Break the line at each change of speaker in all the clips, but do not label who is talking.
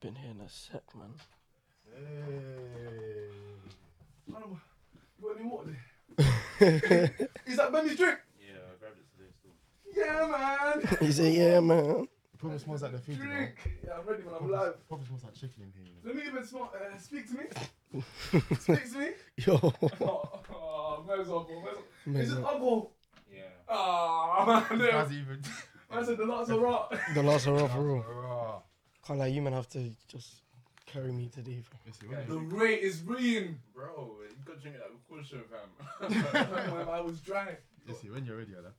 Been here in a sec, man.
Hey. Adam, you got any water there? Is that Benny's drink?
Yeah, I grabbed it today still.
Yeah, man.
He said, yeah, man.
Probably smells like the food. you know.
Drink. Yeah, I'm ready when I'm
Probably,
live.
probably smells like chicken in here. You know.
Let me even smell. Uh, speak to me. speak to me.
Yo.
Oh, oh, where's alcohol? Where's alcohol?
Man,
Is it alcohol?
Yeah.
Ah,
How's
man. yeah.
it even?
I said the lots are raw.
the last are off room.
Raw.
Can't lie, you man have to just carry me to the evening.
Yes, it
The
will.
rate is reading.
Bro, you got to drink it like a caution, fam.
when I was dry.
Yes, when you're ready, Adam.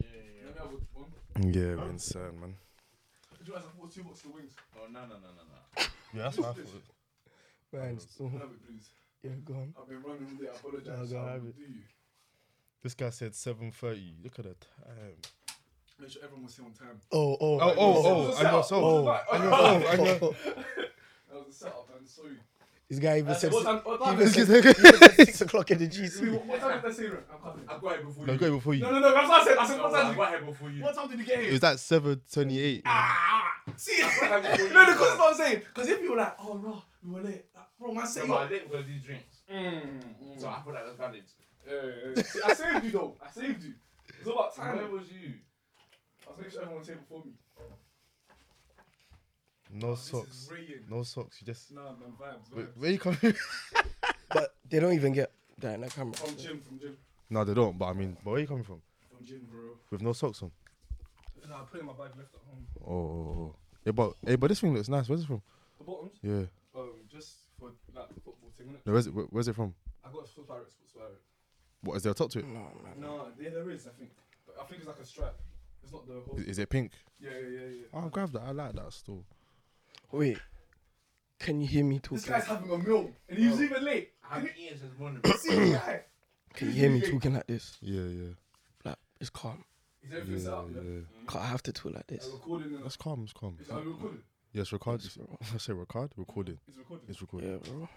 yeah,
Let
yeah.
me have a- one.
Yeah, we're insane, man.
Do you guys have four- two bottles of wings?
Oh, no, no, no, no, no.
Yeah, that's what I thought.
Man, so,
Can I have it, please?
yeah, go on.
I've been running all day. I apologize.
No, go
I
have
will
it.
do you.
This guy said 7.30. Look at the time.
Make sure everyone was here on time.
Oh, oh,
Oh, oh, oh, I know, so.
Oh,
I know, oh, I know.
That was a setup, man. uh, Sorry.
This guy even
That's
said
what time? What time
even
is it?
said- even said six o'clock in the
Wait,
GC.
What what time did I say? Ren? I'm coming. I got it before
No,
you.
go before you.
No, no, no. That's what I said. I said
No,
what
I
time
got
did
here before you.
what time did you get
It
here?
was at 7.28.
Ah, see, no, because that's what I'm saying. Because if you were like, oh, no, we were late, like, bro, man, say
So I'm like,
what?
late because of these drinks.
Mm,
So I thought that was valid.
I saved you though. I saved you. It's all about time.
Where was you?
I was making sure everyone was here before me.
No
This is
socks.
raining.
No socks. You just.
Nah, man, vibes.
Wait,
vibes.
where you coming?
But they don't even get that in that camera.
From gym, from gym,
no, they don't. But I mean, but where you coming from?
from gym, bro.
With no socks on.
Nah, I put it in my bag left at home.
Oh, oh, oh. Yeah, but hey, but this thing looks nice. Where's it from?
The bottoms,
Yeah.
um, just for like the football thing, innit?
No, where's it? Where, where's it from?
I got a Sports Pirate, Sports Pirate.
What is there a top to it?
No, man.
No, yeah, there is, I think. But I think it's like a strap. It's not the whole.
Is, is it pink?
Yeah, yeah, yeah, yeah.
I'll grab that. I like that store.
Wait. Can you hear me
This
talking?
guy's having a meal, and he was even late.
I haven't eaten since morning.
See the guy.
Can you hear me talking like this?
Yeah, yeah.
Like, it's calm.
Is everything set up?
yeah,
Yeah.
yeah.
Can't have to talk like
It's
this.
recording. And,
That's calm. It's calm.
is it recorded?
Yes, record.
Yes, bro.
I say record. Recording.
It's recorded.
It's recording.
Yeah, bro.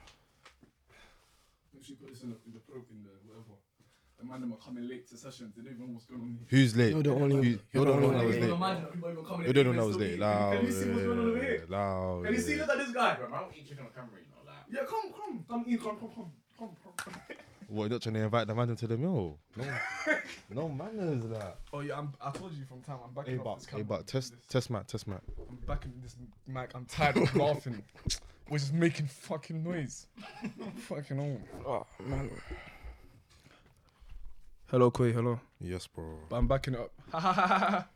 Make sure you put this in the, in the pro, in the whatever. The man them are coming late to sessions. They don't even know what's going on here.
Who's late?
You're the only-
Who-
you're
You're
the
the
only
only one that was
Can you
late.
imagine people even coming
You
late
don't know
and
that was
still
late.
eating?
Loud.
Can you see what's going on over
yeah,
here?
Loud.
Can you see?
yeah.
Look at this guy.
Bro, I don't eat chicken on camera, you know, like.
Yeah, come, come, come, eat, come, come, come, come, come.
What, you're not trying to invite the man into the meal? No, no manners, that.
Oh yeah, I'm, I told you from time. I'm
Hey,
backing up
but,
this
hey,
camera.
but, test, test, Matt, test, Matt.
I'm backing this mic. I'm tired of laughing. We're just making fucking noise. fucking on.
Oh, man.
Hello, Koi. Hello.
Yes, bro.
But I'm backing it up.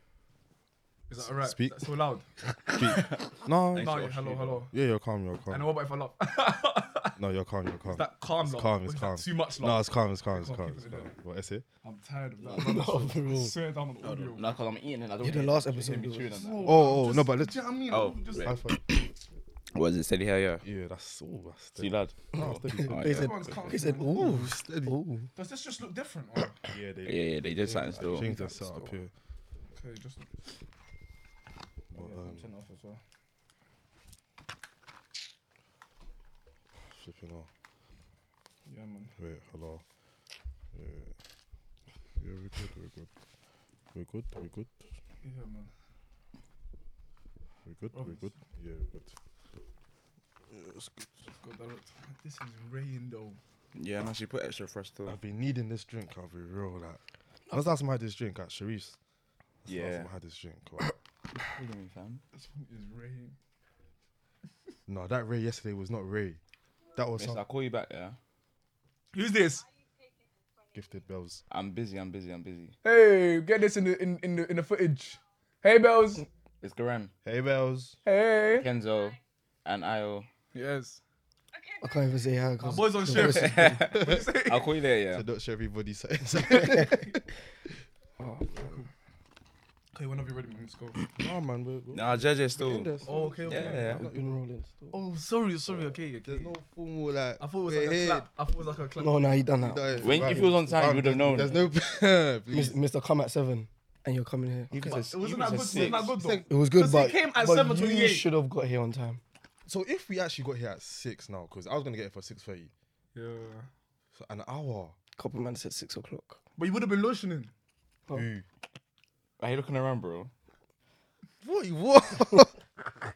Is that alright?
Speak.
That's so loud.
No,
No, yeah,
Thanks. for
hello,
watching,
hello.
yeah, you're calm, you're
And
calm.
what about if I laugh?
No, you're calm, you're calm.
that calm laugh. or
calm, Oh. it's
is that
calm.
Too much
No,
laugh.
it's calm, it's calm, it's
Can't
calm.
keep
It's
it
calm.
there.
What, essay?
I'm tired of that. I'm not sure. I swear down on audio.
No, because I'm eating and I don't
You're the
hear
last
it.
episode
Hear me
doing
chewing
this.
on that.
No,
Oh, oh,
just-
no, but let's-
Do you know what I mean?
Oh,
I'm just
yeah.
High
like,
five.
What is it? Steady hair, yeah.
Yeah, that's all. That's
See,
steady.
lad.
No, that's steady.
Oh,
They
yeah.
said,
everyone's calm.
they said, ooh,
Ooh, steady.
ooh.
Does this just look different? Or?
Yeah, they
Yeah, yeah, they did something
I
still.
changed that setup
Still.
here.
Okay, just.
But, um,
turn it off as well.
flipping off.
Yeah, man.
Wait, hello. Yeah, yeah, we're good, we're good. We're good, we're good,
Yeah, man.
we're good, we're
Robinson.
good. Yeah, we're good.
Let's go direct. This is rain though.
Yeah, no, she put extra fresh still.
I've been needing this drink. I'll be real. Like, I was last time I had this drink at Sharice. That's the Last
Yeah.
time I had this drink. Like,
This one is rain.
no, that Ray yesterday was not Ray. That was
Miss,
some
I'll call you back, yeah?
Who's this?
gifted bells.
I'm busy, I'm busy, I'm busy.
Hey, get this in the in, in the in the footage. Hey, bells.
It's Garam,
Hey bells.
Hey.
Kenzo, and Io.
Yes.
I can't even say how.
My
'cause-
boys on shift.
I'll call you there, yeah.
So don't show everybody. So
Oh,
Okay, whenever you're ready, man, let's go.
no man, we're, we're
Nah, JJ
in
still.
there.
Oh, okay. okay.
Yeah, yeah.
I've been rolling still.
Oh, sorry, sorry. Okay, okay.
There's no formal like.
I thought it was
hey,
like a
hey.
clap. I thought it was like a clap.
No, no, he done that.
No,
When-
right.
if he was on time, you
Um,
would have known.
There's no.
Mis-
please.
Mr. Come at seven, and you're coming here.
Even
But
says-
it wasn't
even
that good.
says
Wasn't that
six.
good though?
Six.
It was good,
Because
but,
he came at
but
7:28.
you should have got here on time.
So if we actually got here at six now, because I was gonna get it for six thirty,
Yeah.
so an hour.
Couple man said six o'clock.
But you would have been lotioning.
Oh.
Ooh.
Are you looking around, bro?
What? What?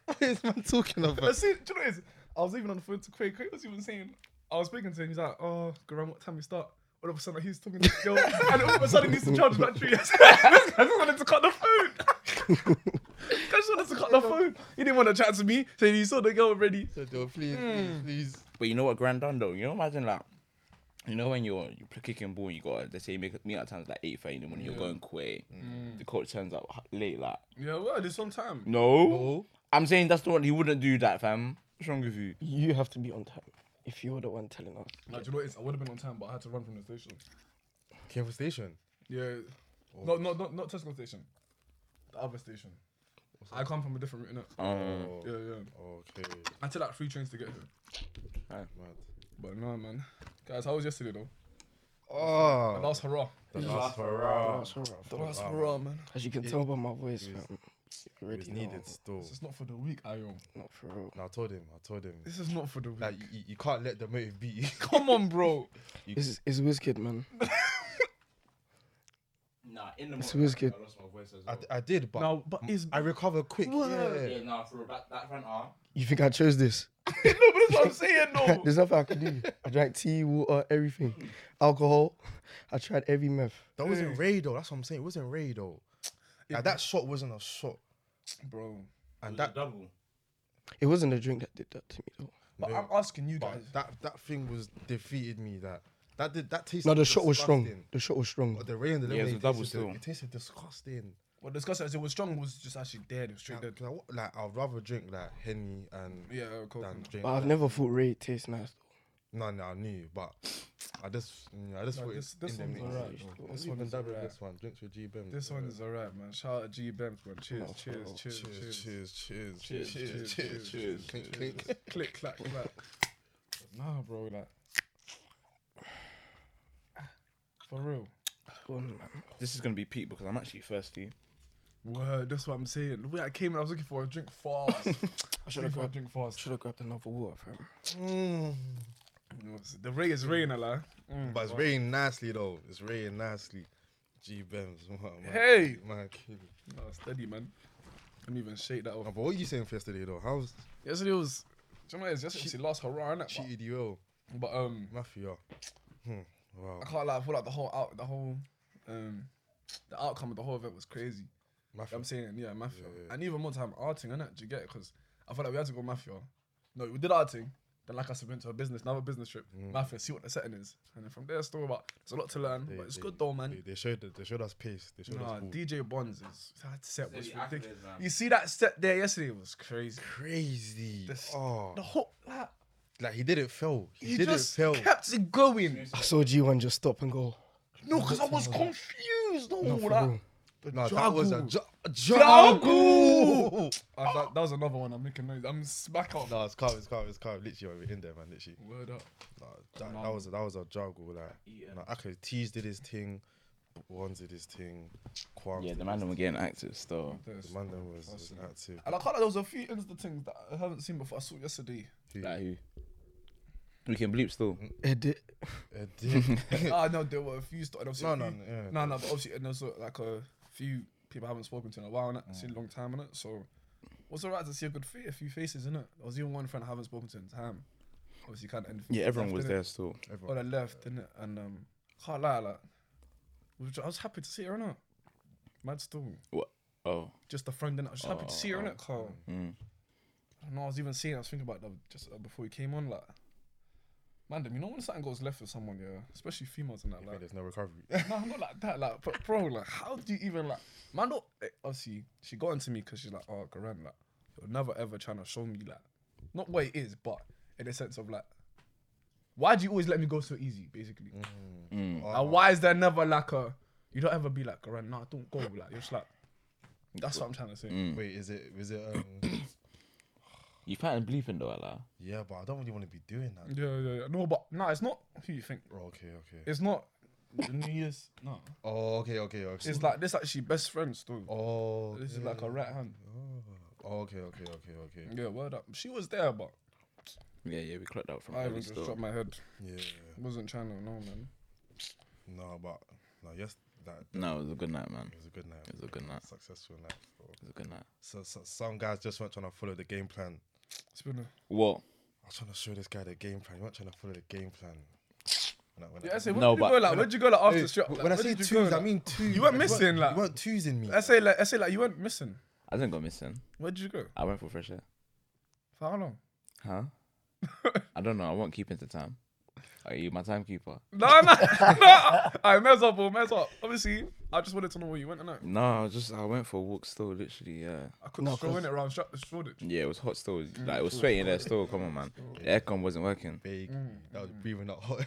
what is man talking
I
about?
see, do you know what it is? I was even on the phone to Quay. Quay was even saying, I was speaking to him. He's like, oh, Garam, what time we start? All of a sudden, he's talking to this girl, and all of a sudden, he's to charge the battery. I just wanted to cut the phone. I just wanted to cut the phone. He didn't want to chat to me, so he saw the girl already.
please, please, please.
But you know what Grand done though? You know, imagine like, you know when you're you play kicking ball, and you got let's say you make meet up times like eight thirty in the morning. You're going quick. The coach turns up h- late. Like
Yeah, well, there's some time.
no, I'm saying that's not what he wouldn't do that, fam. What's wrong with you?
You have to be on time. If you're the one telling us.
Like, do you know what it is? I would have been on time, but I had to run from the station. Oh.
Careful station.
Yeah. No, no, no, not Tesco station. The other station. I come from a different route, innit?
Um,
Yeah, yeah.
Okay,
I took like three trains to get here.
mad.
But no, man. Guys, how was yesterday, though?
Oh,
Last hurrah.
the last hurrah.
That's all right.
The last hurrah, man.
As you can tell by my voice,
it was-
man.
It's
Already
needed
needed.
still.
This is not for the weak, Ayo.
Not for real.
And I told him, I told him,
This is not for the weak.
like, you- you, you can't let the motive beat you.
Come on, bro.
It's, it's Wizkid, man.
Nah, in the
It's morning, Wizkid.
lost my voice as
I, I did, but
Now, but is
I recover quick. Yeah.
nah, for that that ah. front R.
You think I chose this?
no, but that's what I'm saying, no.
There's nothing I could do. I drank tea, water, everything. Alcohol. I tried every meth.
That wasn't Ray though. That's what I'm saying. It wasn't Ray though. Like, that shot wasn't a shot.
bro.
And that,
double.
It wasn't a drink that did that to me, though.
But
No,
I'm asking you guys.
but that that thing was defeated me. That that did that tasted.
No, the shot was strong.
disgusting.
The shot was strong.
But the Ray and the
Yeah, it
lemonade
was a double
tasted,
still.
It tasted disgusting.
What disgusting is it was strong was just actually dead. It was straight
Like,
dead.
like, what- like, I'd rather drink like Henny and
Yeah, uh, coke.
than drink.
But I've never thought Ray tastes nice.
No, no, I knew, but I just, mm, I just
No,
thought
this-
it's
this
in the
one's
mix.
alright, bro. This
This one
one's
is alright.
alright.
This one drinks with G Bim.
This one is alright, man. Shout out G Bems, man. Cheers,
No,
cheers,
no.
Oh, cheers, cheers,
Cheers, cheers, cheers,
Cheers, cheers, cheers, cheers.
Clink, clink.
Click, clack, clack. nah, bro, like. For real.
Go on, man.
This is gonna be peak because I'm actually thirsty.
Word, uh, that's what I'm saying. The way I came and I was looking for a drink fast. I should have got a drink fast.
Should have grabbed another water, fam.
The Ray is Ray, Allah.
Mm. But it's raining nicely though. It's raining nicely. G Bems. Man, man,
Hey!
man, kid.
No, steady, man. Let me even shake that off.
Nah, but what are you saying for yesterday though? How's
Yesterday was. Do you know what it is? Yesterday was the last hurrah, innit? But-
cheated you
But, um,
Mafia. Hmm. Wow.
I can't lie, I feel like the whole out, the whole, um, the outcome of the whole event was crazy.
Mafia.
I'm saying, yeah, mafia.
Yeah, yeah.
And even more time, our thing, innit? Do you get it? Because I felt like we had to go mafia. No, we did our thing. Then, like I said, went to a business, another business trip,
Mm.
mafia, see what the setting is. And then from there, still about, there's a lot to learn,
They-
but it's
they-
good though, man.
They, they showed they showed us pace. They showed
Nah,
us ball.
DJ Bonds is that set was
Steady accolades,
ridiculous.
man.
You see that set there yesterday was crazy.
crazy.
This-
oh,
The whole like,
like he didn't fail. He,
he
didn't
just
fail.
kept it going.
I saw G1 just stop and go.
No, because I was confused. No,
No, for
that,
real.
No, that was a
juggle.
ju-
Juggle.
juggle.
I- Ah, that, that was another one. I'm making noise. I'm smack out.
No, it's calm, it's calm, it's calm. Literally, we're in there, man. Literally,
Word up.
no, that, that was that was a juggle. Like,
Yeah.
no, okay, T's did his thing, Ones did his thing, Quams.
Yeah,
did
the man
his-
were getting active still.
The man them was, was
Fascinating.
active.
And I can't. There was a few instances that I haven't seen before. I saw yesterday.
Like who? We can bleep still.
Edit.
Uh, did-
ah, no, there were a few. St- no,
no, no, no, yeah,
no, no. But obviously, and there's uh, like a few people I haven't spoken to in a while, and I've seen a long time in it. So, it's alright to see a good fa- a few faces in it. There was even one friend I haven't spoken to in time. Obviously, kind of.
Yeah, everyone was there still.
Or I left, innit? and um, can't lie, like, which I was happy to see her, innit? Mad story.
What? Oh,
Just a friend, and I was just happy to see her, innit, Carl.
mm.
And I was even seeing, I was thinking about that just uh, before he came on, like, man, damn, you know when something goes left with someone, yeah, especially females and that,
Like,
like,
there's no recovery.
no, not like that, like, but bro, like, how do you even like, man? Don't, eh, obviously, she got into me because she's like, oh, Garan, like, you're never ever trying to show me like, not what it is, but in the sense of like, why do you always let me go so easy, basically? Like, why is there never like a, you don't ever be like, Garan, no, don't go, like, you're just like, that's what I'm trying to say.
Wait, is it is it? Um,
You fighting bleeping though, Allah.
yeah, but I don't really want to be doing that.
Yeah, yeah, yeah. No, but no, it's not who you think.
Oh, okay, okay.
It's not the New Year's. No,
Oh, okay, okay, okay.
it's like this actually best friends though.
oh,
This is like a right hand.
oh, okay, okay, okay, okay.
Yeah, word up. She was there, but
Yeah, yeah, we clocked out from
I
early
even just
still.
dropped my head.
Yeah,
Wasn't trying to know, man.
no, but no, yes, That
No, it was a good night, man.
it was a good night.
It was a good night.
Successful night. Bro.
It was a good night.
So, so some guys just weren't trying to follow the game plan.
Spinner.
What?
I was trying to show this guy the game plan. You weren't trying to follow the game plan. When I, when
Yeah, I say, where
No,
did you
but-
go like? Where'd you go like after
Hey,
the strip?
w-
Like,
when I
where
say
did
twos,
you go,
I
like?
mean two.
You weren't
Like,
missing, like-
You weren't twos in me.
I say like I say like you went missing.
I didn't go missing.
Where'd you go?
I went for fresh air.
For how long?
Huh? I don't know. I won't keep into time. Are you my timekeeper?
No, no, no. I mess up, bro. Mess up. Obviously, I just wanted to know where you went, innit?
No, I was just I went for a walk still, literally, yeah.
I couldn't stroll in it around Sh- Shoreditch.
Yeah, it was hot still. It was- Like it was sweaty in there still. Come on, man. The aircon wasn't working.
Mm.
Big. That was breathing out hot.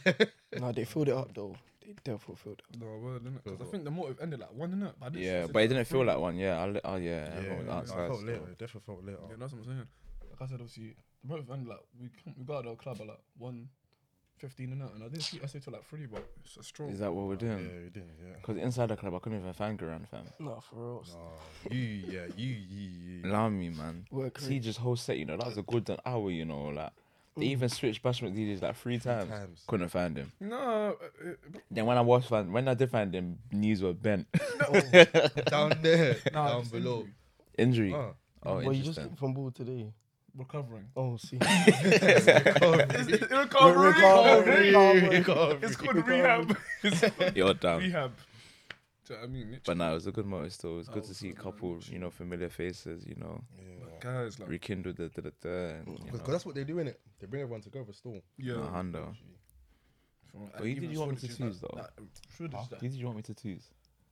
No, they filled it up though. They definitely filled it up.
No, word, innit? Because I think the motive ended like one, innit? But I didn't
Yeah,
see-
but it didn't feel like one. Yeah, I li- oh yeah,
yeah,
everyone was
I
outside.
felt later.
still.
Definitely felt later.
Yeah, that's what I'm saying. Like I said, obviously, the motive ended like we come, we got out of the club at like one fifteen and and I didn't see I say till like three, but it's a stroll.
Is that what we're
Yeah,
doing?
we didn't. Yeah.
Because inside the club, I couldn't even find Garan, fam.
No, for real.
Oh, you, yeah, you, you, you.
Allow me, man.
Work
See, just whole set, you know, that was a good an hour, you know, like. They even switched Bashment DJs like three times.
times.
Couldn't find him.
No, uh, uh,
Then when I was find, when I did find him, knees were bent.
down there,
Nah,
down
just
below.
Injury.
Uh,
Oh,
well, you just
interesting.
came from ball today.
recovering.
Oh, see.
It's
Recovery,
recovery. It's called rehab. It's
You're down.
rehab. Do you know what I mean?
But no, it was a good moment still. It was good to see a
good, man.
couple, you know, familiar faces, you know,
Guys, like,
rekindle the, the, the, the and, you
Because
know,
that's what they do in it. They bring everyone together still.
yeah.
a hundo. But you did you want me to twos though?
Shoreditch,
You did you want me to twos?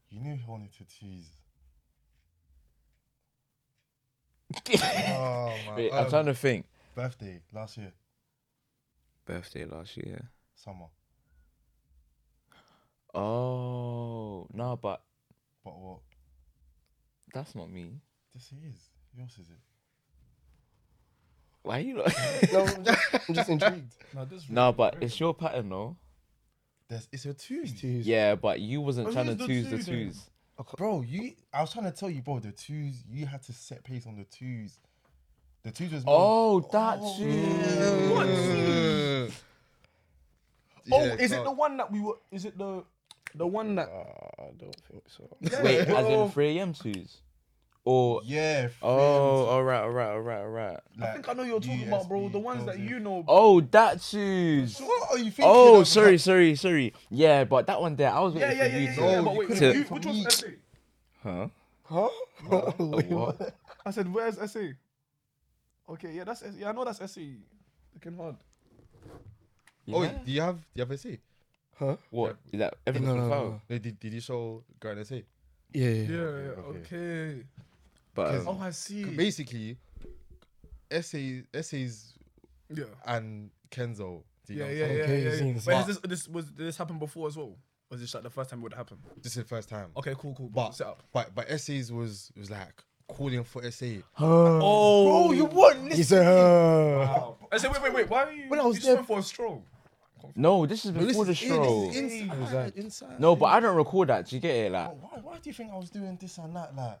You knew he wanted to tease. oh my!
Wait, I'm trying to think.
Birthday last year,
Birthday last year.
summer.
Oh no, but
But what?
that's not me.
This is yours, is it?
Why you not?
no, I'm just, I'm just intrigued.
No, this
no, but it's your pattern though.
There's, it's a two.
Twos.
Yeah, but you wasn't
Oh,
trying
here's
to
the
twos the
two then.
twos.
Bro, you. I was trying to tell you, bro. The twos. You had to set pace on the twos. The twos was. more-
Oh, that two.
Oh,
Yeah,
is it
God.
the one that we were? Is it the the one that?
I don't think so.
Wait, as in three AM twos, or
Yeah.
oh, all right, all right, all right, all right.
I think I know you're talking about, bro. The ones that you know.
Oh, that twos.
What are you thinking?
Oh,
of?
sorry, sorry, sorry. Yeah, but that one there, I was
yeah,
waiting
yeah, yeah,
for
yeah.
you
yeah,
to.
yeah,
No,
but
you
wait,
couldn't-
you- which one's SA?
Huh?
Huh? Wait,
What?
what?
I said, where's SA? Okay, yeah, that's SA. yeah. I know that's SA. Looking hard.
Oh,
Yeah?
do you have? Do you have a say?
Huh?
What? Is that everything?
No, no,
from
no,
Fowle?
no.
No, did, did you show Grant a say?
Yeah. yeah.
Yeah,
okay.
okay.
But um,
Oh, I see.
Basically, essays, essays,
Yeah.
and Kenzo. Do
Yeah,
you know what I'm
yeah,
saying?
yeah,
Okay,
yeah.
it
yeah.
seems
Wait,
like-
is this this was did this happen before as well? Was this like the first time it would happen?
This is the first time.
Okay, cool, cool.
But,
set up.
but but essays was was like calling for essay.
Oh,
Bro, you weren't
He
listening.
said, huh?
Wow. I said, wait, wait, wait. Why are you?
When I was
you just
there-
went for a stroll.
no, this is before the
this is in-
stroll.
this is inside, inside.
No, but I don't record that. Do you get it? Like,
Bro, Why, why do you think I was doing this and that? Like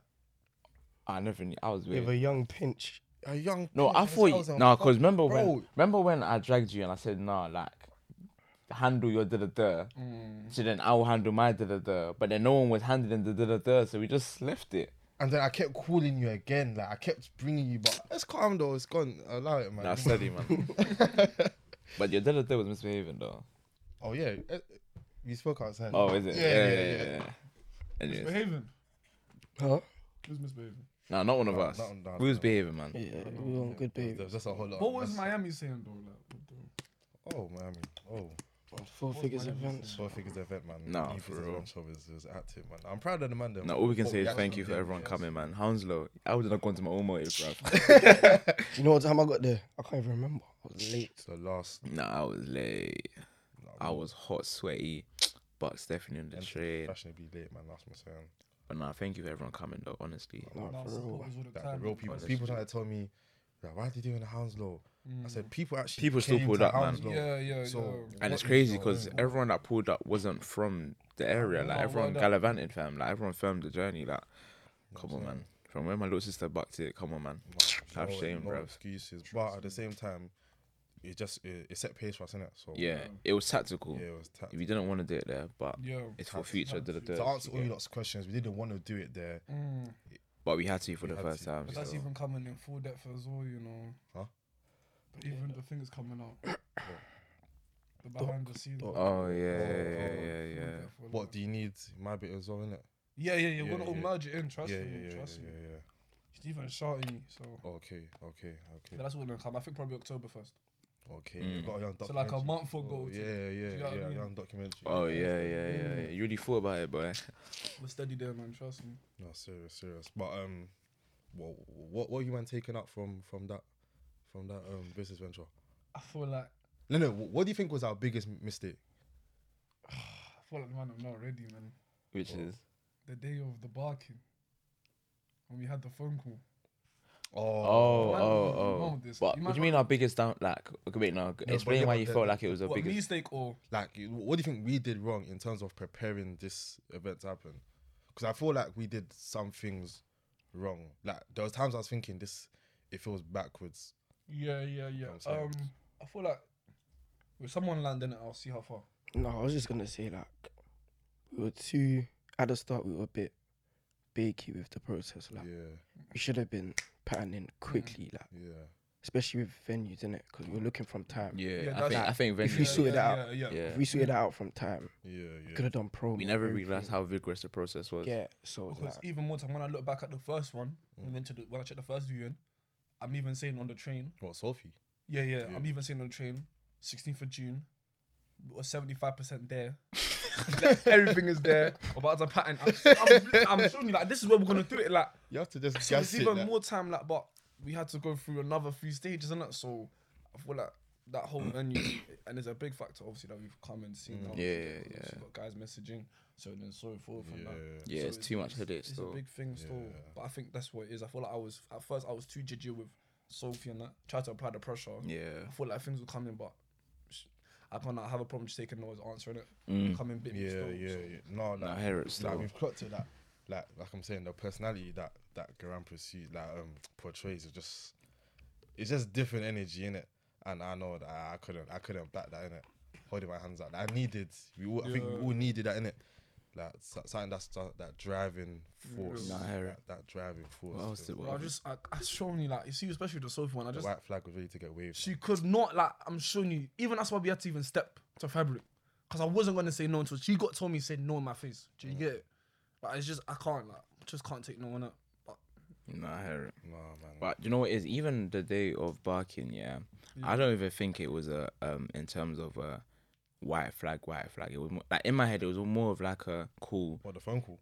I never knew. I was
With
weird.
a young pinch.
a young.
No, I
princess,
thought you.
was a
Nah,
fuck-
because remember
Bro.
when remember when I dragged you and I said, nah, like, handle your da da da. So then I will handle my da da da. But then no one was handling the da da da, so we just left it.
And then I kept calling you again. Like I kept bringing you, but it's calm though. It's gone. Allow it, man.
Nah, steady, man. but your da da da was misbehaving, though.
oh yeah, eh, we spoke outside.
Oh, is it?
Yeah, yeah, yeah.
Anyways.
Behaving.
Huh?
Who's misbehaving?
No, not one of us.
not on- not
we was
on-
behaving, man.
Yeah, we were on good baby.
There's just a whole lot.
What
of
was
mess.
Miami saying though? Like, what the-
Oh, Miami. Oh,
Four figures events.
so I think it's the event, man.
Nah,
If
for
it's
real.
event show, it's- it's active, man. I'm proud of the man. though.
No, all we can
Oh,
say is
yeah,
thank you
yeah,
for everyone
yeah.
coming, man. Hounslow, I would not have gone to my own motive, bruv.
You know what time I got there? I can't even remember. I was late.
It's the last.
nah, I was late. I was hot, sweaty, but Stephanie on the train.
Fashionably late, man. That's my saying.
But nah, thank you for everyone coming, though, honestly.
No, for
That's
real.
always all the
Like, the
time.
real people.
But-
People trying to tell me, like, why are they doing the Hounslow? I said, people actually.
People still
came
pulled
to
up, man.
Hounslow.
Mm. Yeah, yeah,
So,
yeah.
And it's
what is
crazy
your-
because everyone that pulled up wasn't from the area. Like,
Oh,
everyone
word up.
gallivanted, fam. Like, everyone filmed the journey. Like, come on, man. From where my little sister bucked it, come on, man.
No,
Have shame,
no
bruv.
excuses. But at the same time, it just it, it set pace for us, innit? So
Yeah, it was tactical.
Oh, yeah, it was tactical.
If you didn't want to do it there, but
Yeah.
it's for future. Da, da, da,
to answer all
yeah.
you lot's questions, we didn't want to do it there.
But we had to for the
had
first
to.
time.
Mm. But that's
so-
even coming in full depth as well, you know.
Huh?
But even the thing is coming out. the behind the scenes.
Oh yeah, yeah,
oh,
yeah, yeah,
full
yeah.
depth,
But do you need my bit as well, innit?
Yeah, yeah, yeah.
Yeah,
We're gonna all
yeah.
merge it in. Trust
Yeah, yeah,
me,
yeah, yeah,
trust me.
yeah, Oh. yeah.
She's even shouting you, so.
Okay, okay,
But
okay,
that's when it'll come. I think probably October first.
okay.
Mm.
We've got a young
So like a
documentary.
month
Oh,
ago. you
yeah, yeah,
know what I
yeah,
mean?
young documentary.
Oh yeah, yeah, yeah, yeah. You really thought about it, boy.
We're steady there, man. Trust me.
No, serious, serious. But um, what what what you man taking up from from that from that um business venture?
I feel like
No, no. wh- What do you think was our biggest m- mistake?
I feel like man, I'm not ready, man.
Which is
The day of the barking, when we had the phone call.
oh,
Man,
oh,
you know
oh.
this.
But
You
what do
might
you mean our biggest down? Like, okay, wait, no. Explain
yeah,
why
but
you
the-
felt like it was our
What
biggest.
mistake or
Like, you- what do you think we did wrong in terms of preparing this event to happen? Because I feel like we did some things wrong. Like there was times I was thinking this, it feels backwards.
Yeah, yeah, yeah.
I'm
Um,
saying.
I feel like with someone landing it, I'll see how far.
No, I was just gonna say like we were too at the start we were a bit bakey with the process. Like
Yeah,
we should have been patterning quickly, like
yeah.
especially with venues, innit? Because we we're looking from time.
Yeah,
Yeah,
I
that's-
think I think
If
venue.
you sorted
yeah,
that out,
Yeah, yeah.
Yeah,
if we sorted that out from time,
Yeah,
we could
yeah.
have done promo.
we never
everything.
realized how vigorous the process was.
Yeah, so
Because
like,
even more time when I look back at the first one, and then to the, when I check the first viewing, I'm even saying on the train.
What Sophie?
Yeah, yeah.
Yeah.
I'm even saying on the train, 16th of June. Or seventy five percent there. Everything is there. About to pattern. I'm, I'm, I'm showing you like this is where we're gonna do it. Like
You have to just
so
guess
there's
it.
even
like-
more time. Like but we had to go through another few stages and that. So I feel like that whole venue and there's a big factor obviously that we've come and seen. now.
Yeah,
Because
yeah.
we've got guys messaging, so then so forth and that.
Yeah.
Yeah,
So
it's too much headache
It's
still.
a big thing still,
Yeah.
but I think that's what it is. I feel like I was at first I was too judgy with Sophie and that. Tried to apply the pressure.
Yeah.
I feel like things were coming, but sh- I can't have a problem just taking those answering it. Coming bit me
Mm. Yeah,
still.
yeah,
so-
yeah. No,
No,
like,
I hear it
like
still.
we've clocked it that, like, like I'm saying, the personality that that Garan pursues, like, um, portrays is just, it's just different energy in it. And I know that I couldn't, I couldn't back that in it. Holding my hands out, I needed. We all, I think we all needed that in it. Like so- something that's that, that driving force.
Nah, I hear
that, that driving force.
What else
the
did- what
Bro, I
else-
just I, I showing you like you see especially with the Sophie one. I just
white flag was ready to get waved.
she could not like I'm showing you. Even that's why we had to even step to fabric because I wasn't gonna say no until she got told me said no in my face. Do
Mm.
you get it? Like it's just I can't like just can't take no one up. But
No, I hear it.
nah, man.
But you know what is even the day of barking, yeah, I don't even think it was a um in terms of a white flag, white flag. It was more, like in my head, it was more of like a cool,
What the phone call?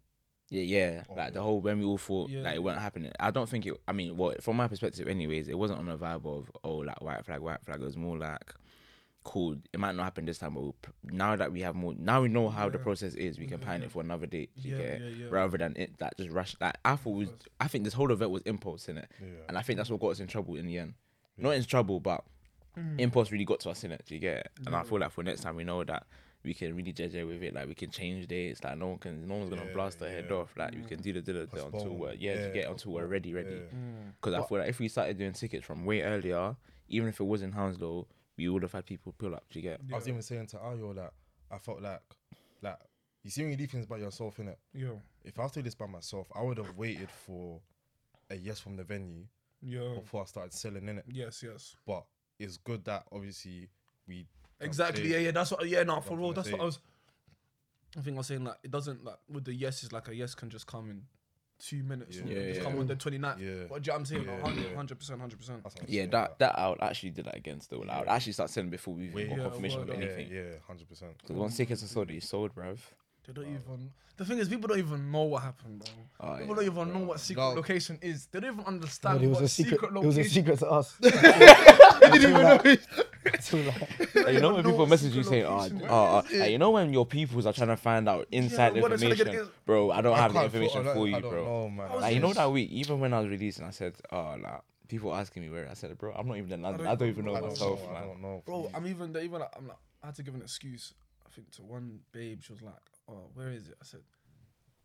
yeah, yeah. Like the whole when we all thought
Oh, Yeah.
like it wasn't happening. I don't think it. I mean, well, from my perspective, anyways, it wasn't on a vibe of oh like white flag, white flag. It was more like cool. It might not happen this time, but we'll, pr- now that we have more, now we know how the process is, we can plan it for another date. You
Mm-hmm. Yeah,
get it?
yeah, yeah.
rather than it that just rush. Like I thought was, I think this whole event was impulse in it, and I think that's what got us in trouble in the end. Not in trouble, but impulse really got to us in it. Do you get it? And I feel like for next time we know that. We can really judge it with it, like we can change dates, like no one can, no one's gonna blast their head off, like we can do the, do the, do until
Postpone,
we're yeah, to
yeah,
get until we're ready, ready.
yeah.
Because I feel like if we started doing tickets from way earlier, even if it was in Hounslow, we would have had people pull up. Do you get?
I was even saying to Ayo like I felt like like you see when you leave things by yourself in it.
yo
If I was doing this by myself, I would have waited for a yes from the venue
yo
before I started selling in it.
yes yes.
But it's good that obviously we
Exactly. Yeah, yeah. That's what. Yeah, no, for
I'm
real.
trying
That's
to
what
say.
I was. I think I was saying like it doesn't like with the yeses like a yes can just come in two minutes. or
Yeah,
just
yeah.
come on the 29th.
Yeah.
But do you know what I'm saying?
Yeah, yeah.
100 percent, 100 percent.
That's what I'm
Yeah,
saying,
that that I would actually do that against though. Like, I would actually start selling before we even
Wait,
got
yeah,
confirmation of
word up.
like,
anything.
yeah, yeah, hundred percent.
Because once tickets are sold, they sold, bruv.
They don't even. The thing is, people don't even know what happened, bro.
Oh,
people
yeah,
don't even know what secret
No.
location is. They don't even
No,
understand
it was
what
a secret. It was
location.
a secret to us. Until, like-
you know when
No
people message you
secret
saying, "Oh,
location,
oh, oh," like, you know when your peoples are trying to find out inside
what they're trying to get
information,
is-
bro. I don't have the
can't fo-
information
I don't-
for you,
I don't
bro.
know, man.
Like you know that week, even when I was releasing, I said, "Oh, like people asking me where." I said, "Bro, I'm not even in London. I don't even know
I don't
myself,
know, I
man."
don't know.
Bro, I'm even. They even. Like, I'm like. I had to give an excuse. I think to one babe, she was like, "Oh, where is it?" I said,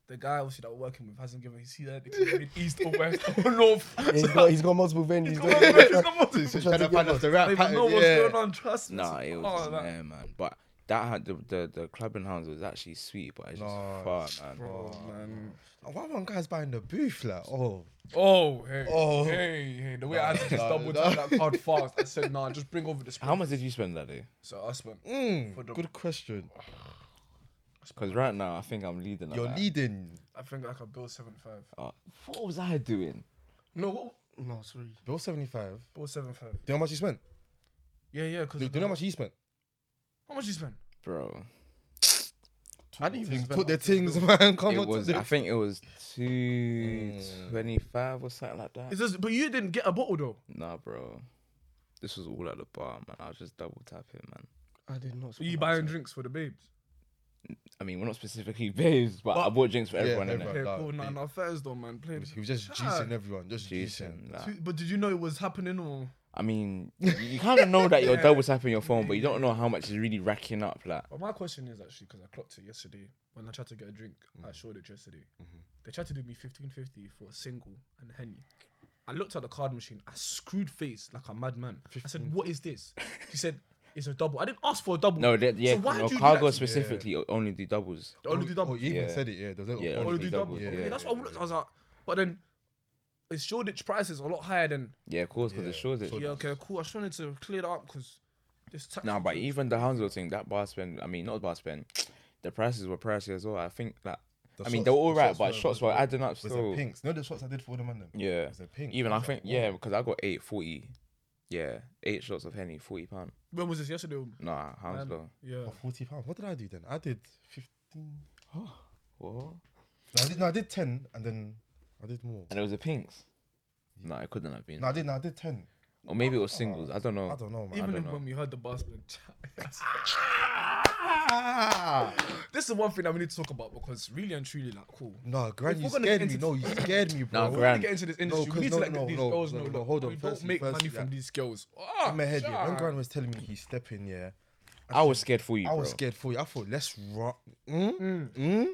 the guy obviously that we're working with hasn't given. He's either been east or west or north.
He's got, he's got multiple venues.
Come on, bro, it's not what-
He's trying to find us the
They
right
even
pattern.
know what's
Yeah.
going on. Trust me.
Nah, it was
Oh,
just
that-
there, man. But that had the the, the club and hounds was actually sweet, but it's just
Nah,
far, man.
And Why one guy's buying the booth? Like, oh,
Oh, hey.
Oh.
Hey, hey. The way I had to just
Nah,
double
nah.
tap that card fast, I said, nah, just bring over the
How
spring.
much did you spend that day?
So I spent.
mm,
For the-
good question.
Because right now I think I'm leading. at
You're
that.
leading.
I think I could bill 75.
Uh, what was I doing?
No, what?
No, sorry.
Bill 75.
Bill 75.
Do you know how much he spent?
Yeah, yeah. Because
Do do you know how much he spent?
How much you spent?
Bro,
I didn't even
spend
put the
up to the
things, man. Come
it
on.
was.
to
I
the-
think it was two twenty-five or something like that.
Mm. It's just, but you didn't get a bottle though.
Nah, bro, this was all at the bar, man. I was just double tapping, man.
I did not.
So you buying drinks for the babes?
I mean, we're not specifically babes, but I bought drinks for everyone. in
everyone.
it.
Okay,
that
cool. Nah,
big-
nah, fairs though, man. Play
He was just juicing everyone. Just juicing.
Juicing, nah.
But did you know it was happening or?
I mean, you- you kind of know that you're double tapping your phone, but you don't know how much is really racking up. Like,
But my question is actually because I clocked it yesterday when I tried to get a drink.
Mm-hmm.
I showed it yesterday. They tried to do me fifteen fifty for a single and a henny. I looked at the card machine. I screwed face like a madman. I said, "What is this?" She said, "It's a double." I didn't ask for a double.
no, that yeah,
So why
no,
do you do
cargo
that?
specifically only do doubles.
They only do double.
Oh, you even
Yeah.
said it, yeah. There's little
Yeah,
orange
only do
do
double.
doubles, yeah.
okay, that's what I looked. I was like, but then. It's Shoreditch prices a lot higher than
Yeah, of course, because it shows it.
yeah okay cool I just wanted to clear that up because this tax
Nah, but even the Hounslow thing, that bar spend, I mean, not bar spend, the prices were pricey as well. I think that, I mean,
shots-
they
the
were all right,
shots
but
were-
shots were adding up
Was it
still.
pinks? No, the shots I did for the man then.
Yeah.
Was it pink?
Even I
was like,
think, yeah, because I got 840. Yeah, eight shots of Henny, 40 pound.
when was this yesterday
Nah, Hounslow.
yeah
"Oh, 40 pounds. What did I do then? I did 15.
What?
No, I did, no, I did 10 and then I did more.
And it was a pinks. No, it couldn't have been.
No, I did, no, I did 10.
Or maybe it was singles. I don't know.
I don't know, man.
I
even
don't know.
when we heard the bus this is one thing that we need to talk about because really and truly like cool
No, Gran,
If
you
we're gonna get
scared me.
into-
No, you scared me,
Nah,
bro.
we're gonna
Gran.
get into this
No,
industry. we
'cause
need
no,
to let
no,
these
no,
girls
no,
know.
no,
look,
hold on,
We
firstly,
don't make money
firstly,
from
yeah.
these girls.
In my head, yeah. When
Ah,
Gran was telling me he's stepping, yeah,
I was scared for you,
I
bro.
was scared for you. I thought, let's run.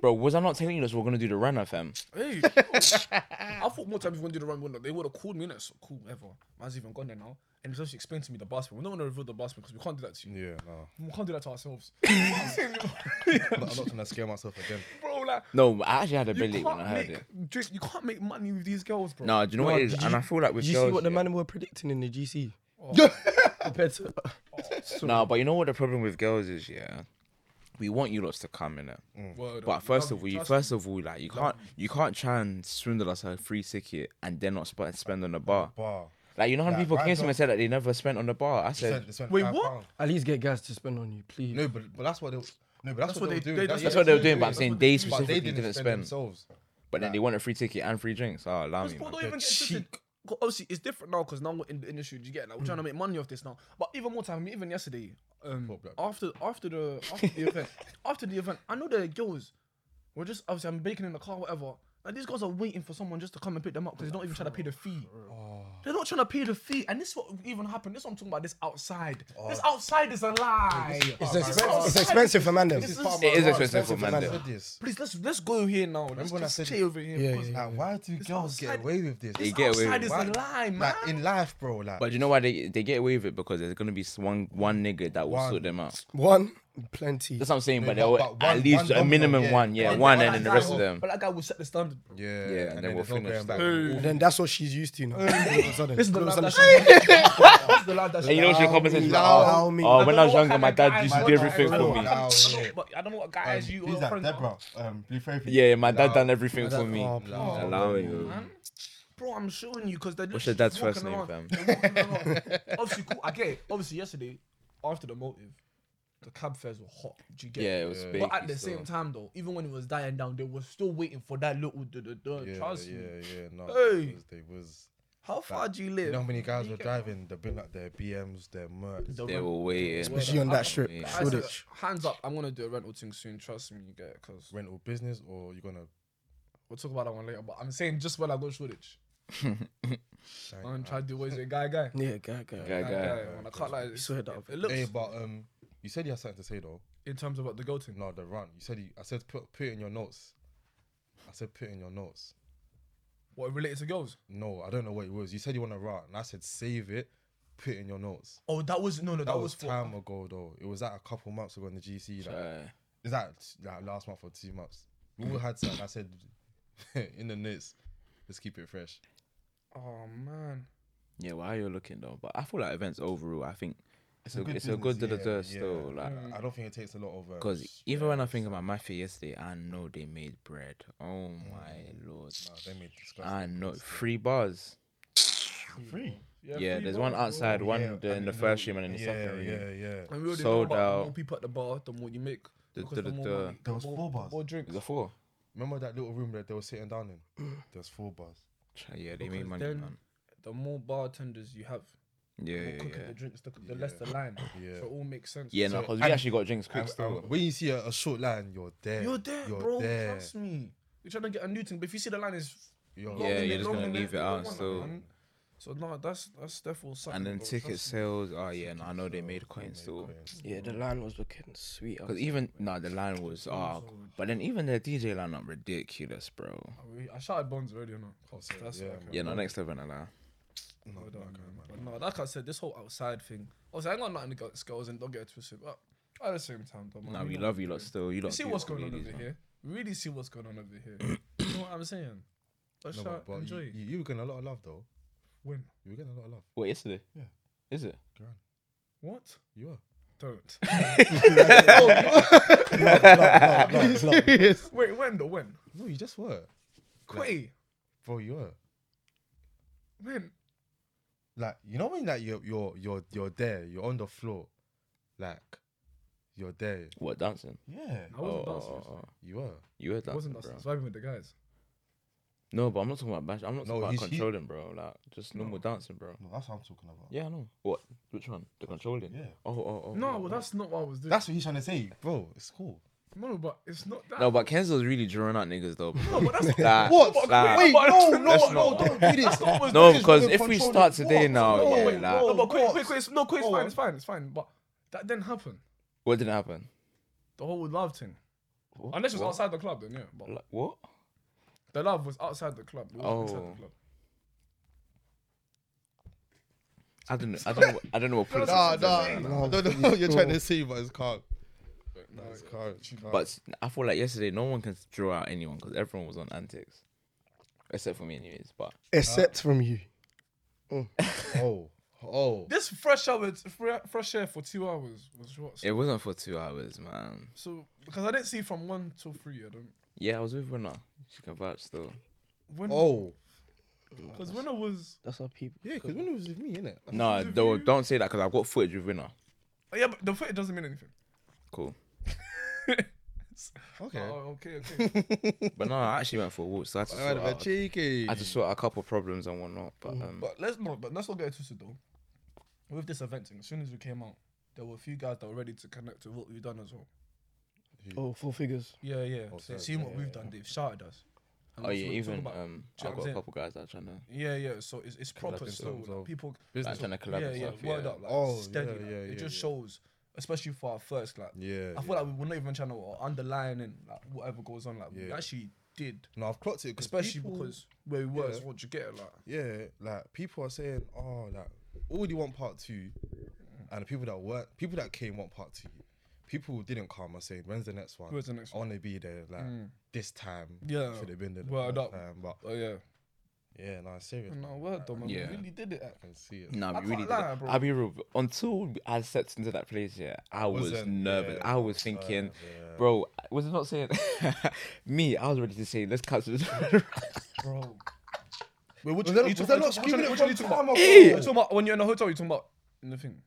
Bro, was I not telling you this? We're gonna do the run FM.
Hey, I thought more times if we wanted to run one, they would have called me. That's so cool, whatever. Man's even gone there now, and he's actually explained to me the basketball. We're not gonna reveal the basketball because we can't do that to you.
Yeah, no.
We can't do that to ourselves,
I'm not, I'm not trying to scare myself again.
bro. Like
No, I actually had a
you
belly when I
can't
heard
make
it.
just you can't make money with these girls, bro.
No, do you know what it is?
did
and
you-
I feel like with
Did you
girls,
see what the
yeah.
man were predicting in the GC? Compared to
No, but you know what the problem with girls is, yeah. We want you lots to come in it,
Word,
but
we
first
Mm. love
of all, you,
trust
first of all, like you can't you can't try and swindle us a free ticket and then not sp- spend on the bar.
Bar.
Like you know how many
Nah,
people
I
came to me
don't-
and said that they never spent on the bar. I said
Spent- spent
Wait,
five
what?
pounds.
at least get guys to spend on you, please.
No, but, but that's what they. No, but that's, what, they were doing.
they-
that's what they were doing, but I'm
that's
saying
what
they
do. But
specifically didn't, spend.
themselves.
but then they want a free ticket and free drinks. Oh, allow me.
People
Man.
don't even get interested. 'Cause Obviously, it's different now because now we're in the industry. Do you get it? like we're trying
Mm.
to make money off this now? But even more time, I mean, even yesterday, um,
Black Bloc.
after after the after the event, after the event, I know the girls were just obviously I'm baking in the car, whatever. Like these girls are waiting for someone just to come and pick them up because they're not even trying to pay the fee.
Oh.
They're not trying to pay the fee, and this is what even happened. This is what I'm talking about. This outside, this outside is a lie.
Oh. It's, expensive. it's expensive for man. them.
This is-
It is expensive for
I
man. though.
said this.
Please let's let's go here now. Let's
when I
just
said
stay
it?
over here.
Yeah,
because
yeah,
Like, why do girls get
outside-
away with this?
They
This
get away
outside
with
is
it.
a
Why-
lie, man.
Like in life, bro. Like,
But you know why they they get away with it because there's gonna be s- one one nigga that will sort them out.
One, plenty.
That's what I'm saying. But
but-
there were
but
at
one-
least
one
a
domino,
minimum
yeah.
one, yeah,
One-
one,
one
and then the
guy
rest
will-
of them.
But that guy will set the standard.
yeah,
and then we'll
there's no
finish
going
that.
back.
And then that's what she's used to now. All of a sudden.
This is the
All of a
lad
sudden
that
she's-
That's the lad that
And you know what she comments is like,
Allow
oh,
me.
oh, when I was
Allow
younger,
me.
my dad
Allow
used to
me.
do everything for
Allow
me.
I don't know,
me.
but I don't know what guys you
Who's
or
that?
friends are.
Deborah. Um, Blue Therapy.
Yeah, my dad
Allow-
done everything for me.
Oh, please.
Allow you.
Bro, I'm showing you because they're
What's
literally
your dad's
walking
first name,
around-
fam?
they're walking around. Obviously, cool. I get it. Obviously, yesterday, after the motive, the cab fares were hot. Do you get
Yeah,
it?
it was big.
But at the same time, though, even when it was dying down, they were still waiting for that little. duh, duh, duh.
Yeah,
Trust
yeah,
me.
yeah. No,
Hey.
they was- they was.
How far do you live?
You know how many guys were driving? They bring up their BMs, their mercs.
The
They
rent-
were waiting.
Especially on that strip.
Yeah.
I said,
Shoreditch.
hands up, I'm gonna do a rental thing soon. Trust me, you get it, cause
Rental business, or you gonna
We'll talk about that one later, but I'm saying just when I go Shoreditch.
shank?
I'm trying to do what is it, guy, guy.
Yeah, guy, guy.
Guy,
Guy,
guy.
guy, man, I can't lie.
saw it that other
It looks
Hey, but um, you said you had something to say though.
in terms of what the go to.
No, the run. You said you, I said put put it in your notes. I I said, put in your notes.
What related to girls?
No, I don't know what it was. You said you want to rant, and I said, save it, put it in your notes.
Oh, that was no, no, that,
That,
was,
was,
for-
time ago though. It was like a couple months ago in the GC. Like, is that like last month or two months? We all had some. I said, in the notes, let's keep it fresh.
Oh man,
Yeah, why you're looking though? But I feel like events overall, I think it's a, it's a
business,
good da da
yeah,
da
yeah.
still. Like,
I don't think it takes a lot of. um,
because
s-
even
yeah,
when I think about mafia yesterday, I know they made bread. Oh my lord!
nah, they made disgusting
I know
things.
three bars.
Free.
Yeah, there's one outside, one the- in the first room, and in the
Yeah,
second room.
yeah, yeah.
and we already
Sold
know about the
out.
more people at the bar, the more you make.
The-
because
the-
the
the-
more
the-
money,
There was
more-
four bars.
more drinks.
The four.
Remember that little room that they were sitting down in? There's four bars.
Ch- Yeah, they made
Because
money,
then
man.
The more bartenders you have,
Yeah,
the more
yeah,
quicker
yeah.
the drinks, the, the less the line.
Yeah.
So it all makes sense.
Yeah, no,
So-
because we
and-
actually got drinks quick
And- and
still.
when you see a, a short line, Eh, you're there.
You're there, bro. Trust me. You're trying to get a new thing, but if you see the line is
You're
Yeah,
in
you're
it,
just
long
gonna
in it,
leave it
you don't
out
want it,
still.
man. so no, that's that's definitely something.
And then
bro,
ticket
trust me.
sales. Oh yeah, no, I know they made coins still.
Yeah, the line was looking sweet.
Because even no, the line was oh, but then even their DJ lineup ridiculous, bro.
I, really- I shouted Bonds already, you know. Oh, That's
yeah,
what I can-
Yeah, no, next level, nah, nah.
No, I don't agree, man. But no, like I said, this whole outside thing. Obviously, I ain't got nothing against girls and don't get it twisted. But at the same time, though, man,
Nah, we
know
love
what
you
we're
lot
doing.
still. You
We
lot
see
do
what's
what
going
we
on
need,
over
man.
here. We really see what's going on over here. you know what I'm saying? Let's
No,
shout,
but, but
enjoy.
you, you, you were getting a lot of love though.
When?
You were getting a lot of love.
Wait, yesterday?
Yeah.
Is it?
What?
You were.
Don't.
Love, love, love.
Wait, when though? When?
No, you just were.
Quay.
Bro, you were.
When?
Like, you know when like you're you're you're you're there, you're on the floor. Like, you're there.
What dancing?
Yeah.
I wasn't dancing.
Oh,
yesterday.
You were.
you were
I
dancing,
wasn't
bro.
dancing. Vibing with the guys.
No, but I'm not talking about bash. I'm not
No,
talking about
he's- he-
controlling, bro. Like just normal dancing, bro.
No, that's what I'm talking about.
Yeah, I know. What? Which one? The controlling.
Yeah.
Oh, oh, oh.
No, well, that's not what I was doing.
That's what he's trying to say, bro. It's cool.
no, but it's not that.
No, but Kenzo's really drawing out niggas though. bro.
but that's
Like,
What?
like-
Wait, no, no,
That's
no,
not-
don't do this.
no,
This is
because
the
if we
control
start
of
today
what?
now,
No,
yeah, like,
No, but quick,
what?
quick, quick. No, quick. It's
Oh.
fine. It's fine. It's fine. But that didn't happen.
what didn't happen?
The whole love thing.
What?
Unless it was
What?
outside the club, then yeah. But
Like, what?
the love was outside the club. It wasn't inside
Oh.
the club.
I don't know. I don't know. What, I don't know what. Prince
Nah,
is
nah,
doing,
I don't know what you're trying to say, but it's calm. No, it's calm. it's calm.
But I feel like yesterday, no one can draw out anyone because everyone was on antics, except for me, anyways. But
Except from you.
oh, oh,
This fresh air, was- fre- fresh air for two hours was what.
it wasn't for two hours, man.
So because I didn't see from one till three. I don't.
Yeah, I was with Winner. She can vouch still.
When,
oh.
because when I was,
That's how people.
Yeah, because when it was with me, innit?
No, though, don't say that because I've got footage with Winner.
oh, yeah, but the footage doesn't mean anything.
Cool.
Okay.
Oh, okay, okay.
But no, I actually went for a walk, so I had to
I Mm. had
sort
a bit
out,
cheeky.
I had to sort out a couple problems and whatnot. But um,
but let's not. But let's not get it twisted though. With this event thing, as soon as we came out, there were a few guys that were ready to connect to what we've done as well.
Oh, four figures.
Yeah, yeah.
sorry,
They've seen what
Oh, yeah,
we've
yeah.
done. They've shouted us. And
oh
that's
yeah,
what we're talking
even
uh,
about.
um,
Do you know
I've
what
got
I'm
a couple guys that are trying to
Yeah, yeah. So it's, it's proper
Collabing
still.
songs, oh.
Like, people,
like,
Business.
trying to collab
yeah,
and
yeah,
stuff. Yeah,
word up, like
Oh,
steady.
yeah,
like,
yeah,
it
yeah,
just
yeah.
shows, especially for our first. Like,
Yeah.
I feel like we were not even trying to underline and like whatever goes on. Like, we
Yeah.
actually did,
No, I've clocked it. 'cause
especially
people-
because where we were is
yeah.
what you get. Like,
Yeah, like people are saying, oh, like, already want part two. And the people that weren't, people that came want part two. People who didn't come are saying, when's the next one?
Where's the next Mm.
I want to be there, like, this time.
Yeah.
Should have been there. the
Word
first
up.
Time. But
oh yeah.
yeah, no, serious.
No
man.
word
Like,
though, man.
Yeah.
We really did it. eh?
I can see it.
No,
I
we really
can't
did.
lie, bro.
I'll be real. but Until I stepped into that place, yeah, I was
Wasn't-
nervous.
yeah,
I was thinking, bro, was it not saying me? I was ready to say, let's cancel this.
Bro. Was
Wait, which,
that- was
was that, was
that
that
not
not
screaming
screaming
at
which,
one
which,
time
time
You're talking about when you're in the hotel, you're talking about in the thing.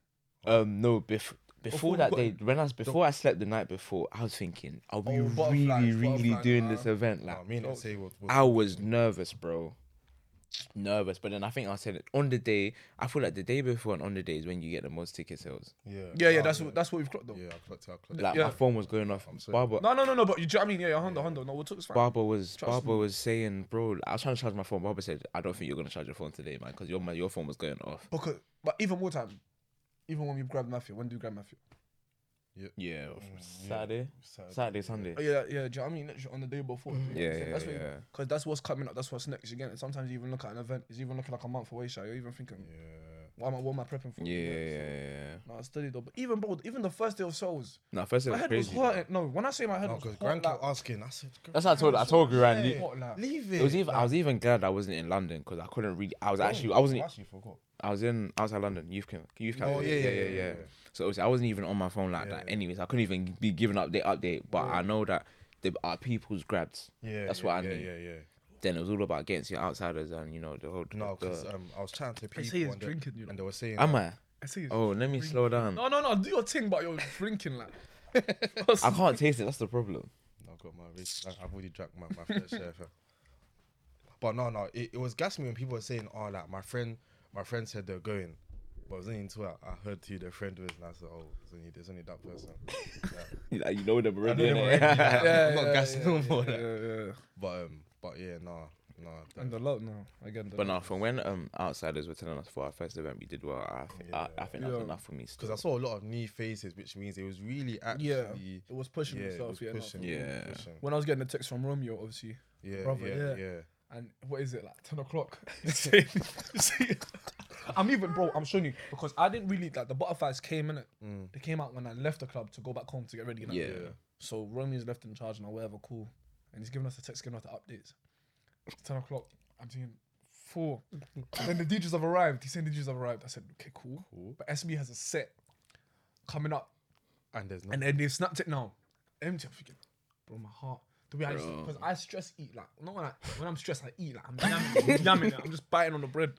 um, no, bef- before
we
that
got
day, when I was before I slept the night before, I was thinking, are we
Oh,
really,
butterflies,
really
butterflies,
doing
nah.
this event? Like,
I mean, I say what was
I was nervous, bro. Nervous, but then I think I said it on the day. I feel like the day before and on the day is when you get the most ticket sales.
yeah,
Yeah, yeah. That's what that's what we've clocked though.
yeah. I clocked it. I clocked it.
Like my
Yeah.
phone was going off. Barber,
No, no, no, no. But you, do you know what I mean, yeah, yeah, Honda, Honda. No, we'll talk. It's fine.
Barber was
Trust
Barber was saying, bro, I was trying to charge my phone. Barber said, I don't think you're gonna charge your phone today, man, because your my your phone was going off.
Because, but even more time, even when we grabbed Matthew, when do you grab Matthew?
Yeah.
Mm, Yeah. Saturday. Saturday, Sunday.
Oh, yeah, yeah. Do you know what I mean? Literally on the day before. do you know what I'm
Mm-hmm. Yeah,
saying?
yeah,
that's what you-
yeah.
Cause that's what's coming up. That's what's next again. And sometimes you even look at an event. It's even looking like a month away. Shy. You're even thinking,
Oh,
what am I? What am I prepping for?
Yeah, yeah, yeah. yeah.
No, I studied though. But even bro, even the first day of souls,
No, first it
my
was
head was
crazy.
hurting. No, when I say my head
No,
was
because
hurt,
Gran
like,
kept asking. I said, "Gran,
That's what I told. I told Gran.
Yeah.
what, like,
leave it. oh,
It was even. I was even glad I wasn't in London because I couldn't really. I was actually. I wasn't.
actually forgot.
I was in outside London youth camp. Youth camp.
Oh, yeah, yeah, yeah, yeah.
So obviously I wasn't even on my phone like that. Anyways, I couldn't even be giving up the update. But I know that the, our people's grads.
Yeah,
That's
yeah,
what I
yeah,
knew.
Yeah, yeah.
Then it was all about against the outsiders and you know the whole.
No,
the,
because um, I was chatting to
say
people
he's
and, they-
drinking, you know.
and they were saying,
am I?
I see.
Oh, let me slow down.
No, no, no. Do your thing, but you're drinking like.
I can't taste it. That's the problem.
I've got my race. I've already drank my, my fair share. fam. But no, no, it, it was gassing me when people were saying, "Oh, like my friend, my friend said they're going," but it was only until I, I heard who their friend was, and I said, "Oh, there's only, there's only that person."
Like, you know them
I know
already.
them
innit?
already, yeah,
Yeah,
I'm not
yeah,
gassing
yeah,
no more.
yeah,
like.
yeah, yeah.
But um, but yeah, no, no. that-
And the love now again. The
But
love.
no, from when um outsiders were telling us for our first event, we did well. I, th- I, I think that's
Yeah.
enough for me. Still.
because I saw a lot of new faces, which means it was really actually
Yeah,
yeah,
it was pushing
it
itself.
was
yeah, no.
pushing,
Yeah.
it was pushing.
When I was getting the text from Romeo, obviously,
yeah,
Brother,
yeah,
yeah.
yeah.
and what is it like ten o'clock? You see- you see- I'm even, bro. I'm showing you because I didn't really like the butterflies came in it. They came out when I left the club to go back home to get ready. innit?
Yeah.
So Romeo's left in charge now, whatever, cool. And he's giving us the text, giving us the updates. It's 10 o'clock. I'm seeing four. And then the DJs have arrived. He's saying the DJs have arrived. I said, okay, cool. But SB has a set coming up.
And there's no.
And then they've snapped it now. Empty. I'm thinking, bro, my heart. The way I just, because I stress eat, like, not when, I, when I'm stressed, I eat, like, I'm yamming, I'm yamming, I'm just biting on the bread.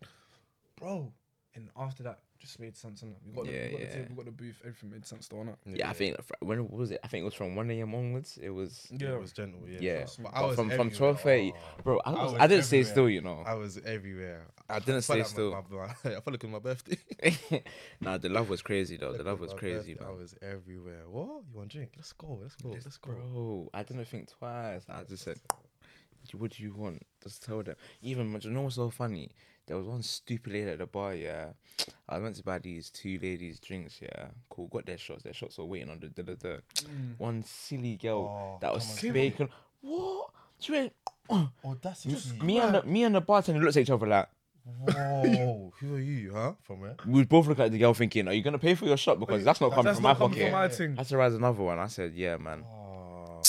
Bro. And after that, just made sense. And we got, the,
Yeah,
we got
yeah.
the table, we got the booth, everything made sense, though, innit?
Yeah, I think fr- when was it? I think it was from one a.m. onwards. It was
yeah, it was gentle. Yeah,
yeah.
But
But
I was
from from
everywhere.
twelve thirty,
Oh.
bro. I, was,
was
I didn't stay
everywhere.
still, you know.
I was everywhere.
I didn't
felt
stay
like my-
still.
my- my- I felt like it was my birthday.
nah, the love was crazy though. The love was
My
crazy,
birthday, I
bro.
was everywhere. What? You want a drink? Let's go. Let's go. Let's go.
Bro, I didn't think twice. I just said, "What do you want?" Just tell them. Even do you know what's so funny? There was one stupid lady at the bar. Yeah, I was meant to buy these two ladies drinks. Yeah, cool. Got their shots. Their shots were waiting on the the the. the. One silly girl
Mm. Oh,
that was speaking. What? She went. "Oh."
Audacity.
me and the, me and the bartender looked at each other like
Whoa. Who are you, huh? From where?
we both looked at the girl thinking, "Are you gonna pay for your shot? Because that's not coming
That's
from my
not coming
pocket."
from my thing.
I had to rise another one. I said, "Yeah, man."
Oh,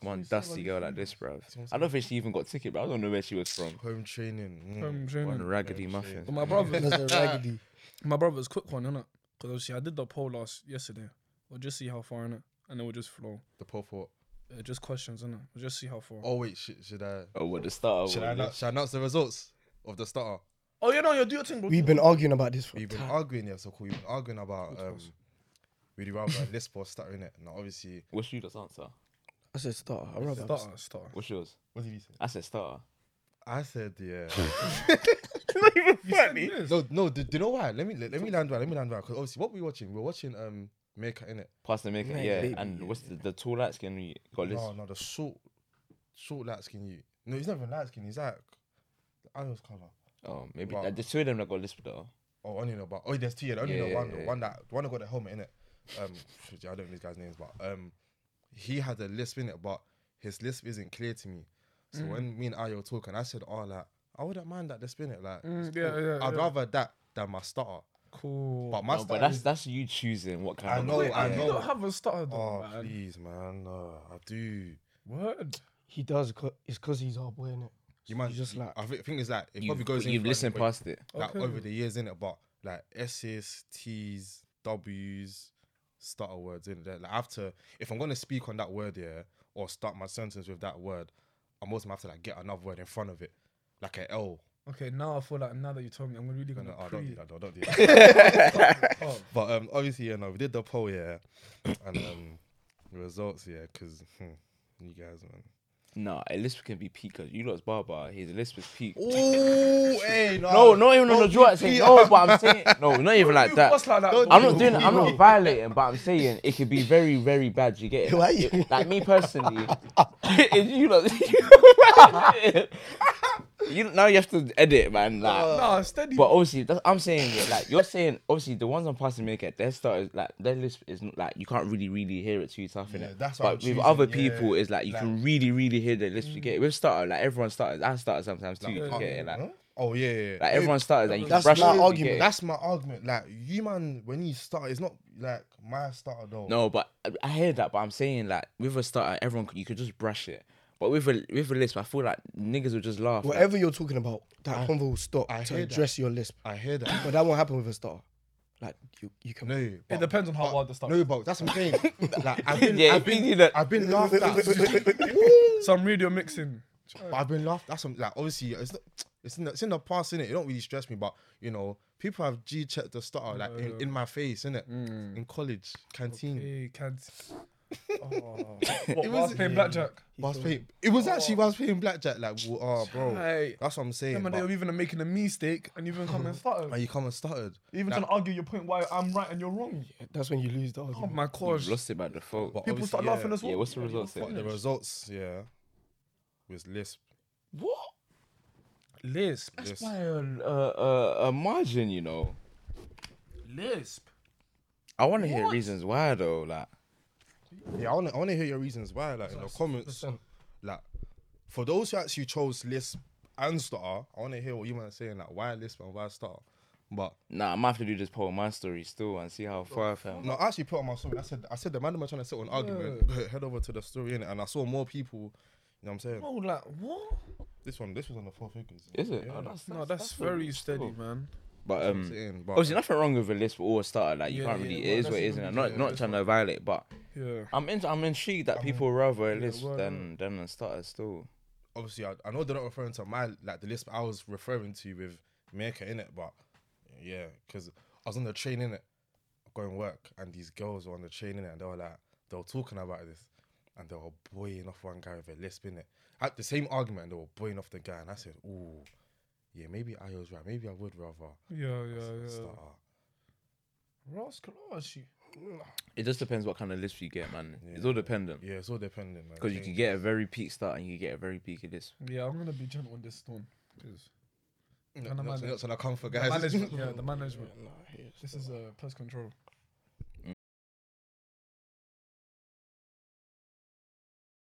One dusty girl like this, bruv. I don't think she even got ticket, but I don't know where she was from.
home training.
Um,
Mm.
One
German.
raggedy muffin.
But my brother,
That's a raggedy.
my brother's quick one, innit? Because obviously I did the poll last yesterday. We'll just see how far in it, and then we'll just flow.
The pole for.
Uh, just questions, innit? We'll just see how far. Oh,
Oh wait, should, should I?
Oh, what the start
Should I,
was.
announce, should I announce the results of the starter?
Oh, yeah, no, you'll do your thing, bro.
We've been arguing about this for
We've been arguing, yeah. So cool. We've been arguing about um, would you rather a lisp or stutter in it? Now, obviously,
What's yours answer?
I said starter. I rather
Starter, starter.
What's yours?
what did you say?
I said starter.
I said yeah.
Funny.
no, no. Do, do you know why? Let me let, let me land right. Let me land right. Because obviously, what we watching? We're watching um, Maker in it.
Past the maker,
Mate,
yeah.
baby,
And what's the, the tall light skin you got this?
No, no, the short, short light skin you. No, he's not even light skin. He's like the Irish color.
Oh, maybe
Wow.
uh, the two of them that got lisp though.
Oh, only know about. Oh, there's two. Yeah, only
Yeah,
know
yeah,
one.
yeah,
the
yeah.
One that the one that got the helmet in it. Um, shit, yeah, I don't know these guys' names, but um, he had a lisp in it, but his lisp isn't clear to me. So
Mm.
when me and Ayo talk, and I said, "Oh, like I wouldn't mind that lisp in it. Like,
Mm.
it's
yeah,
cool.
yeah,
I'd
yeah.
rather that than my starter.
Cool.
But my
No,
starter
but that's
is-
that's you choosing what kind
I
of.
know,
Wait,
I
You
know.
don't have a starter, though,
Oh,
man.
please, man. No, I do.
Word.
He does. Co- it's because he's our boy, innit?
You might
He's just like
I think, think it's like it probably
You've,
goes. in
you've
for
listened
everybody.
past it.
like over the years in it, but like S's, T's, W's, starter words in there. Like I have to, if I'm gonna speak on that word here or start my sentence with that word, I'm also gonna have to like get another word in front of it, like an L.
Okay, now I feel like now that you told me, I'm really
No,
gonna.
no, I
pre-
don't do that. though, don't do that. but um, obviously, you know, we did the poll, yeah, and um, the results, yeah, because hmm, you guys, man.
No, a lisp can be peak because you lot's barber. His lisp is peak.
Ooh, hey,
No, not even on the draw. Saying, no, but I'm saying no, not even like that.
What's like that?
Don't
bro?
I'm not doing. I'm not violating, but I'm saying it could be very, very bad. You get it?
Why
Like,
you-
like me personally, if you know, You now you have to edit, man. Like,
Nah, steady.
But obviously, that's, I'm saying it like you're saying. Obviously, the ones on passing make it. Their start is like their lisp is not like you can't really really hear it too tough in
Yeah,
it.
that's what I'm
but with
choosing,
other
yeah.
people, it's like you can really really hear the lisp. You get it. with starter like everyone starters. I started sometimes too. you get it like
Huh? Oh yeah, yeah, yeah.
like everyone starters and you can
That's
brush
my
it, you
argument.
get it.
That's my argument. Like you man, when you start, it's not like my starter though.
No, but I- I hear that. But I'm saying like with a starter, everyone c- you could just brush it. But with a with a lisp, I feel like niggas will just laugh. like,
Whatever you're talking about, that convo will stop
I
to
hear that.
address your lisp.
I hear that.
But that won't happen with a star. Like you, you can.
No,
it depends on how hard the stuff.
No, but that's what I'm saying. like I've been,
yeah,
I've been,
you that.
I've been laughed at.
Some radio mixing.
But I've been laughed. That's something like obviously it's not. It's in the, it's in the past, innit? It don't really stress me, but you know, people have G checked the starter like in, in my face, innit?
Mm.
In college, canteen,
Hey, kids. Oh. What, whilst playing blackjack?
whilst playing. It was
Oh.
actually whilst playing blackjack, like, w- oh, bro,
Hey.
that's what I'm saying.
Remember,
but-
they were even making a mistake and you even come and started.
and you come and started.
Even trying to argue your point why I'm right and you're wrong.
That's when you lose the
Oh
argument.
my gosh.
You've lost it by default.
But
People
obviously,
start
yeah,
laughing as well.
yeah, what's the result? say?
But the results, yeah, was lisp.
What?
Lisp. uh,
lisp.
By a, a, Uh, a, a margin, you know.
Lisp.
I want to hear reasons why though. Like,
Yeah, I want to I wanna hear your reasons why, like in the comments. Like, for those who actually chose Lisp and Star, I want to hear what you man are saying, like why Lisp and why Star. But
nah, I'm have to do this poll, my story still, and see how far I found.
no, I actually put on my story. I said, I said the man am trying to settle an argument. head over to the story in it, and I saw more people. You know what I'm saying?
Oh, like, what?
This one, this was on the four figures.
Is it?
Yeah.
Oh, that's,
No, that's, very steady, man.
But
I'm
um,
saying, but-
obviously nothing wrong with a list or a starter. Like you
Yeah,
can't
yeah,
really.
well,
it is what
that's
it is, and
even-
I'm not
yeah,
not trying to violate, but
Yeah.
I'm in, I'm intrigued that people rather a list
well,
than than a starter still.
obviously I, I know they're not referring to my like the list I was referring to with Mecca in it, but yeah, because I was on the train in it, going work, and these girls were on the train in it, and they were like they were talking about this, and they were boying off one guy with a lisp in it. Had the same argument, and they were boying off the guy, and I said, "Ooh, yeah, maybe I was right. Maybe I would rather
Yeah,
s-
yeah, yeah.
start out."
Ross Kalashi.
It just depends what kind of list you get, man. It's all dependent.
Yeah, it's all dependent, man.
Because you can get a very peak start and you can get a very peak list.
Yeah, I'm gonna be gentle on this one. Cause
no,
kinda
not,
manage-
not to come for
the
guys.
management. Yeah, the management. This is uh, pest control.